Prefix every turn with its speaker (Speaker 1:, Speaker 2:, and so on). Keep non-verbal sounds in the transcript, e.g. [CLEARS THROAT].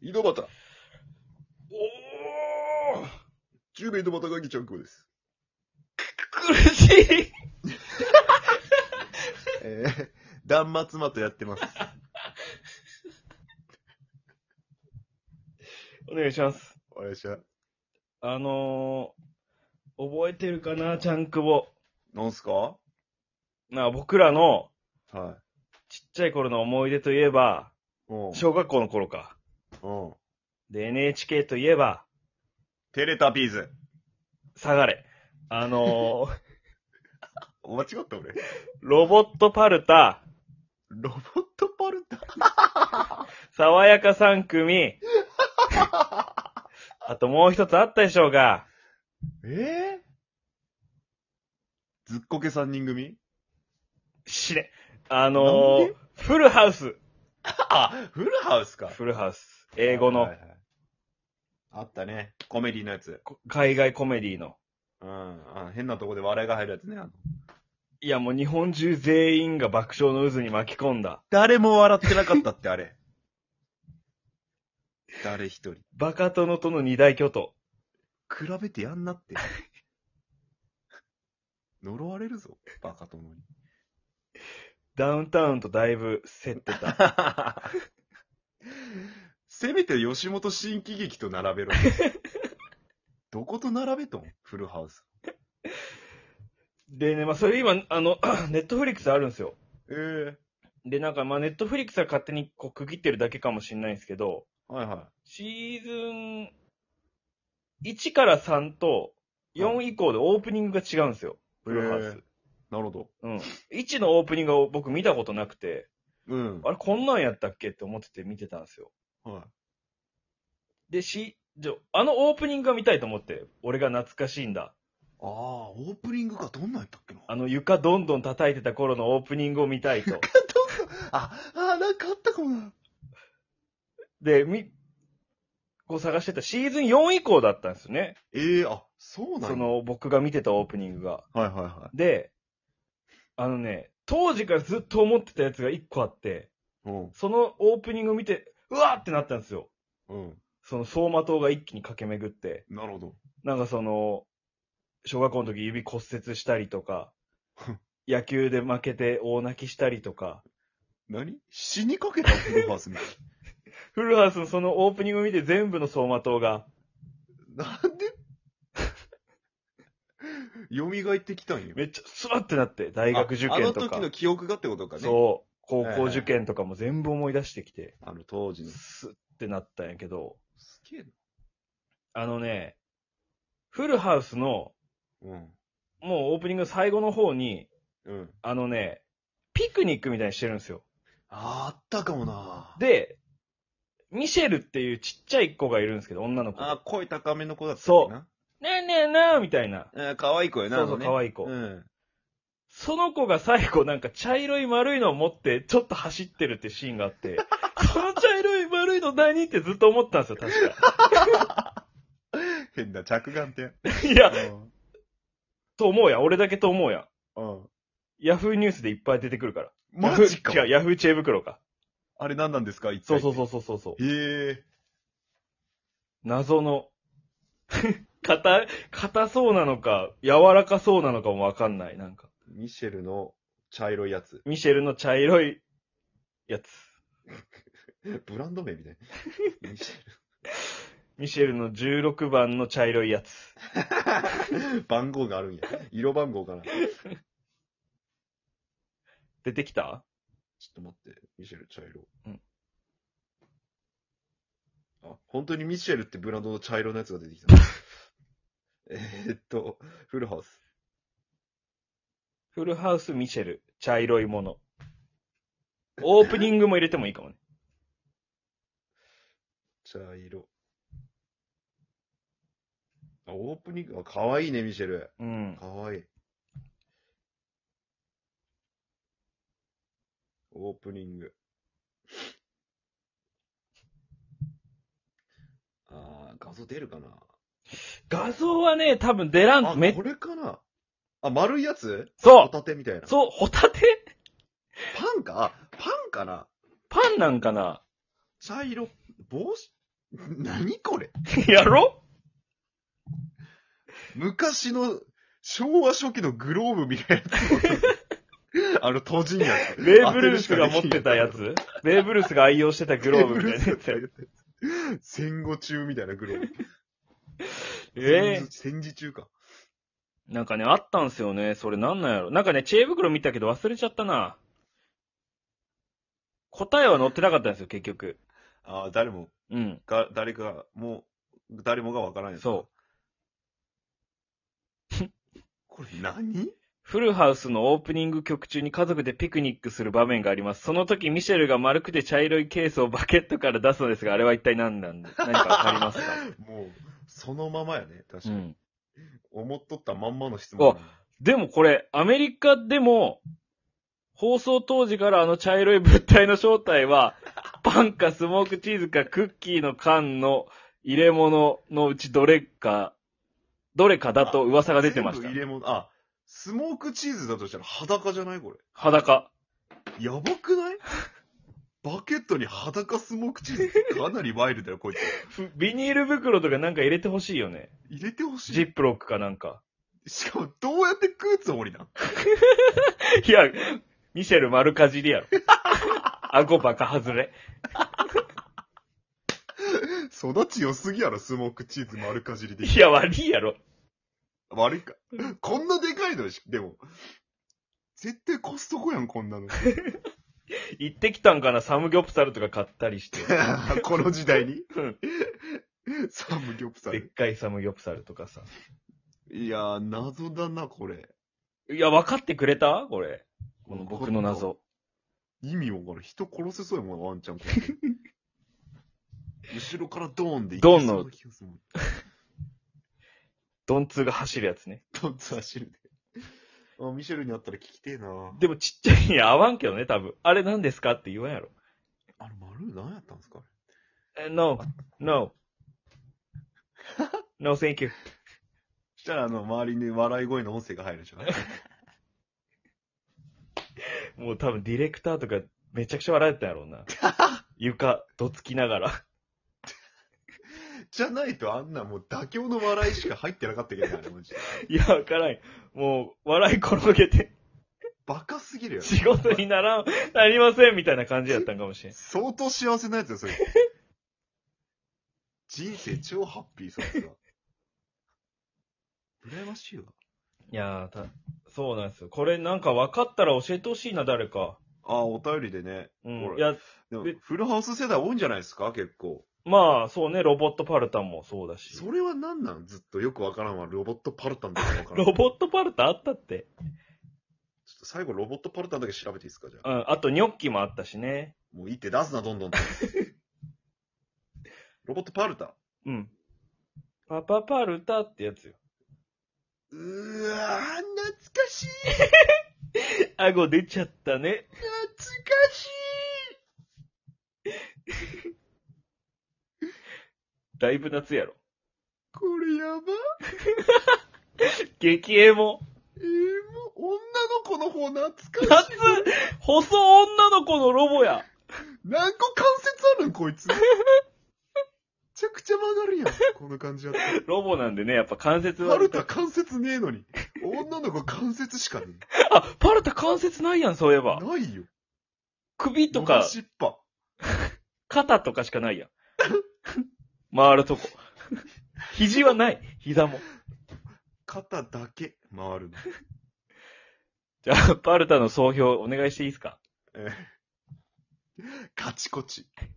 Speaker 1: 井戸端、
Speaker 2: おー
Speaker 1: 中米井戸端会議チャンクボです。
Speaker 2: 苦しい
Speaker 1: [LAUGHS] えー、断末魔とやってます。
Speaker 2: お願いします。
Speaker 1: お願いします。
Speaker 2: あのー、覚えてるかな、ちゃんくぼ。
Speaker 1: なんすかは
Speaker 2: なあ、僕らの
Speaker 1: い。
Speaker 2: ちっちゃい頃の思い出といえば、
Speaker 1: うん。
Speaker 2: 小学校の頃か。
Speaker 1: うん。
Speaker 2: で、NHK といえば、
Speaker 1: テレタピーズ。
Speaker 2: 下がれ。あの
Speaker 1: [LAUGHS]
Speaker 2: ー、
Speaker 1: お間違った俺。
Speaker 2: ロボットパルタ、
Speaker 1: ロボットパルタ。
Speaker 2: 爽やか3組、
Speaker 1: [LAUGHS]
Speaker 2: あともう一つあったでしょうが、
Speaker 1: えー、ずっこけ三人組
Speaker 2: しね、あ
Speaker 1: なん
Speaker 2: のー
Speaker 1: で、
Speaker 2: フルハウス。
Speaker 1: あ、フルハウスか。
Speaker 2: フルハウス。英語の
Speaker 1: はいはいはいあったね。コメディのやつ。
Speaker 2: こ海外コメディの。
Speaker 1: うん。あ変なとこで笑いが入るやつね。あの
Speaker 2: いやもう日本中全員が爆笑の渦に巻き込んだ。
Speaker 1: 誰も笑ってなかったって、あれ。 [LAUGHS] 誰一人。
Speaker 2: バカ殿との二大巨頭。
Speaker 1: 比べてやんなって。呪われるぞ、バカ [LAUGHS] 殿に。
Speaker 2: ダウンタウンとだいぶ競ってた。
Speaker 1: せめて吉本新喜劇と並べろ。どこと並べとんフルハウス。
Speaker 2: でね、まあそれ今、あの、 [CLEARS THROAT] ネットフリックスあるんですよ。
Speaker 1: ええ
Speaker 2: で、なんかまあネットフリックスは勝手にこう区切ってるだけかもしれないんですけど、
Speaker 1: はいは
Speaker 2: シーズン1から3と4以降でオープニングが違うんですよ。
Speaker 1: い。
Speaker 2: フルハウス。
Speaker 1: なるほど。
Speaker 2: うん。1のオープニングを僕見たことなくて、
Speaker 1: うん。
Speaker 2: あれこんなんやったっけって思ってて見てたんですよ。
Speaker 1: は
Speaker 2: で、し、じゃ、あのオープニングが見たいと思って、俺が懐かしいんだ。
Speaker 1: い、ああ、オープニングか、どんなんやったっけな。
Speaker 2: あの床どんどん叩いてた頃のオープニングを見たいと。
Speaker 1: あ、あー、なんかあったかもな。
Speaker 2: で、み、こう探してたシーズン4以降だったんですよね。
Speaker 1: ええあ、そうなんや
Speaker 2: そ、の僕が見てたオープニングが。
Speaker 1: はいはいは
Speaker 2: で、あのね、当時からずっと思ってたやつが1個あって、
Speaker 1: い。うん。
Speaker 2: そのオープニングを見て、うわーってなったんですよ。
Speaker 1: うん。
Speaker 2: その走馬灯が一気に駆け巡って、
Speaker 1: なるほど。
Speaker 2: なんかその、小学校の時指骨折したりとか、野球で負けて大泣きしたりとか、
Speaker 1: 何死にかけたフルハウスみたい
Speaker 2: フルハウスのそのオープニングを見て全部の走馬灯が、
Speaker 1: な。なんで [LAUGHS] 蘇ってきたんよ。
Speaker 2: めっちゃスワってなって、大学受
Speaker 1: ああ
Speaker 2: 験
Speaker 1: の
Speaker 2: とか
Speaker 1: 時、の記憶がってことかね。
Speaker 2: そう、高
Speaker 1: はい
Speaker 2: 校
Speaker 1: はい
Speaker 2: 受験とかも全部思い出してきて、
Speaker 1: あの当時の。
Speaker 2: スってなったんやけど、
Speaker 1: すげえ
Speaker 2: あのね、フルハウスの、
Speaker 1: な。
Speaker 2: もうオープニングの最後の方に、
Speaker 1: うん。うん。
Speaker 2: あのね、ピクニックみたいにしてるんですよ。
Speaker 1: あーあったかもな。
Speaker 2: で、ミシェルっていうちっちゃい子がいるんですけど、女の子で。
Speaker 1: あー声高めの子だった
Speaker 2: そう
Speaker 1: な。
Speaker 2: ねえねえなあみたいな。
Speaker 1: えー、可愛い子やな。
Speaker 2: そうそう
Speaker 1: あのね
Speaker 2: 可愛い子
Speaker 1: うん。
Speaker 2: その子が最後なんか茶色い丸いのを持ってちょっと走ってるってシーンがあ
Speaker 1: [LAUGHS]
Speaker 2: って、その茶色い丸いの何ってずっと思ったんですよ、確
Speaker 1: 変な着眼点。
Speaker 2: か。
Speaker 1: [LAUGHS]
Speaker 2: いや、
Speaker 1: う
Speaker 2: と思うやん。俺だけと思うやん。
Speaker 1: ん。うん
Speaker 2: ヤフーニュースでいっぱい出てくるから。
Speaker 1: マジか
Speaker 2: ヤフー。違う、ヤフー知恵袋か。
Speaker 1: あれ何なんですか一
Speaker 2: そう
Speaker 1: 体
Speaker 2: そうそうそうそうそう。
Speaker 1: へえ。
Speaker 2: 謎の、 [LAUGHS] 硬い、硬そうなのか、柔らかそうなのかもわかんない。なんか、
Speaker 1: ミシェルの茶色いやつ。
Speaker 2: ミシェルの茶色いやつ。
Speaker 1: ブランド名みたい。ミシ
Speaker 2: ミシェルの16番の茶色いやつ。
Speaker 1: ェル。 [LAUGHS] 番号があるんや。色番号かな。ちょっ
Speaker 2: 出てきた
Speaker 1: と待って。ミシェル茶色。
Speaker 2: うん
Speaker 1: あ、本当にミシェルってブランドの茶色のやつが出てき
Speaker 2: [LAUGHS]
Speaker 1: た。えーっと、フルハウス。
Speaker 2: フルハウス、ミシェル、茶色いもの。オープニングも入れてもいいかもね。
Speaker 1: 茶色。あ、オープニング、あ、かわいいね、ミシェル。
Speaker 2: うん。
Speaker 1: かわいい。オープニング。あー、画像出るかな
Speaker 2: 画像はね、多分出ら
Speaker 1: あ、
Speaker 2: ん、め
Speaker 1: こ、れかなあ、丸いやつ
Speaker 2: そ
Speaker 1: ホタテみたいうな。
Speaker 2: そう、ホタテ
Speaker 1: パンかあパンかな [LAUGHS]
Speaker 2: パンなんかな
Speaker 1: 茶色、帽子 [LAUGHS] 何これ
Speaker 2: やろ
Speaker 1: 昔の昭和初期のグローブみたいな
Speaker 2: [LAUGHS]
Speaker 1: やつ。あの、閉じんやつ。
Speaker 2: ベーブ・ルースが持ってたやつベーブ・ルースが愛用してたグ
Speaker 1: グ
Speaker 2: ローブみたいなや [LAUGHS] つ。
Speaker 1: 戦後中みたいなグローブ。
Speaker 2: ええ
Speaker 1: 戦時戦時中か。
Speaker 2: なんかね、あったんすよね。それなんなんやろ。なんかね、知恵袋見たけど忘れちゃったな。答えは載ってなかったんですよ、結局。
Speaker 1: ああ、誰も
Speaker 2: うん。
Speaker 1: が、誰かが、もう、誰もがわからない。。
Speaker 2: そう
Speaker 1: [LAUGHS] これ何
Speaker 2: フルハウスのオープニング曲中に家族でピクニックする場面があります。その時、ミシェルが丸くて茶色いケースをバケットから出すのですが、あれは一体何なんで、何かわかりますか
Speaker 1: もう、そのままやね。確
Speaker 2: う
Speaker 1: かに。
Speaker 2: ん。
Speaker 1: 思っとったまんまの質問だな。
Speaker 2: でもこれ、アメリカでも、放送当時からあの茶色い物体の正体は、パンかスモークチーズかクッキーの缶の入れ物のうちどれか、どれかだと噂が出てまし
Speaker 1: 全
Speaker 2: た
Speaker 1: 部入。れ物、あ、スモークチーズだとしたら裸じゃないこれ。
Speaker 2: 裸。
Speaker 1: やばくない
Speaker 2: [LAUGHS]
Speaker 1: バケットに裸スモークチーズってかなりワイルドよ、こいつ。
Speaker 2: ふビニール袋とかなんか入れてほしいよね。
Speaker 1: 入れてほし
Speaker 2: ジ
Speaker 1: い。
Speaker 2: ップロックかなんか。
Speaker 1: しかも、どうやって食うつもりなん
Speaker 2: いや、ミシェル丸かじ [LAUGHS] りやろ。顎バカ外れ。
Speaker 1: 育ち良すぎやろ、スモークチーズ丸かじりで。
Speaker 2: いや、悪いやろ。
Speaker 1: 悪いか。こんなでかいのし、でも。絶対コストコやん、こ
Speaker 2: [LAUGHS]
Speaker 1: んなの。
Speaker 2: 行ってきたんかな、サムギョプサルとか買ったり [LAUGHS] して。
Speaker 1: この時代に
Speaker 2: うん。
Speaker 1: サムギョプサ
Speaker 2: でっ
Speaker 1: ル。
Speaker 2: かいサムギョプサルとかさ。
Speaker 1: いやー、謎だな、これ。
Speaker 2: いや、分かってくれたこれ。この僕の謎。
Speaker 1: 意味わかる。人殺せそうやもん、ワンちゃん。こ [LAUGHS] れ後ろからドーンでいけそうな気がするもん
Speaker 2: ドンツーが走るやつね。
Speaker 1: ドンツ走るで。あ、ミシェルに会ったら聞きてえな
Speaker 2: でもちっちゃいに合わんけどね、多分。あれ何ですかって言わんやろ。
Speaker 1: あれ、丸何やったんですか
Speaker 2: え、no, [LAUGHS] no, no thank you.
Speaker 1: そしたら、あの、周りに笑い声の音声が入るじゃない
Speaker 2: もう多分ディレクターとかめちゃくちゃ笑えたやろう [LAUGHS] な。床、どつきながら。
Speaker 1: [LAUGHS] じゃないと、あんなもう妥協の笑いしか入ってなかったけどね、あれマジで。
Speaker 2: いや、わからんよ。もう、笑い転げて、
Speaker 1: バカすぎるよ。
Speaker 2: 仕事にならん、なりませんみたいな感じやったんかもしれん。
Speaker 1: 相当幸せなやつだよ、それ。人生超ハッピー、そいつは。羨ましいわ。
Speaker 2: いやーた、そうなんですよ。これなんか分かったら教えてほしいな、誰か。
Speaker 1: ああ、お便りでね。
Speaker 2: うん
Speaker 1: こ。
Speaker 2: い
Speaker 1: れ
Speaker 2: や、
Speaker 1: でも
Speaker 2: え、
Speaker 1: フルハウス世代多いんじゃないですか、結構。
Speaker 2: まあ、そうね、ロボットパルタンもそうだし。
Speaker 1: それは何なんずっとよくわからんわ。ロボットパルタンとかわからん。 [LAUGHS]
Speaker 2: ロボットパルタンあったって。
Speaker 1: ちょっと最後ロボットパルタンだけ調べていいですかじゃあ。
Speaker 2: うん、あとニョッキもあったしね。
Speaker 1: もういいって出すな、どんど [LAUGHS] んって。ロボットパルタン。
Speaker 2: うん。パパパルタってやつよ。
Speaker 1: うわー、懐かしい
Speaker 2: 顎出ちゃったね。
Speaker 1: 懐かし
Speaker 2: だいぶ夏やろ。
Speaker 1: いこれやば
Speaker 2: 激エモ。
Speaker 1: えー、もう女の子の方懐かしい
Speaker 2: 夏。細女の子のロボや。
Speaker 1: 何個関節あるん [LAUGHS] こいつ。めちゃくちゃ曲がるやん。この感じだ [LAUGHS] ったら。
Speaker 2: ロボなんでね、やっぱ関節
Speaker 1: パ
Speaker 2: は
Speaker 1: ルタ関節ねえのに。女の子関節しかねえ。
Speaker 2: あ、パルタ関節ないやん、そういえば。
Speaker 1: ないよ。
Speaker 2: 首とか、
Speaker 1: しっぱ。
Speaker 2: 肩とかしかないやん。回るとこ。肘はない。膝も。
Speaker 1: 肩だけ回るの。
Speaker 2: じゃあ、パルタの総評お願いしていいですか
Speaker 1: カチコチ。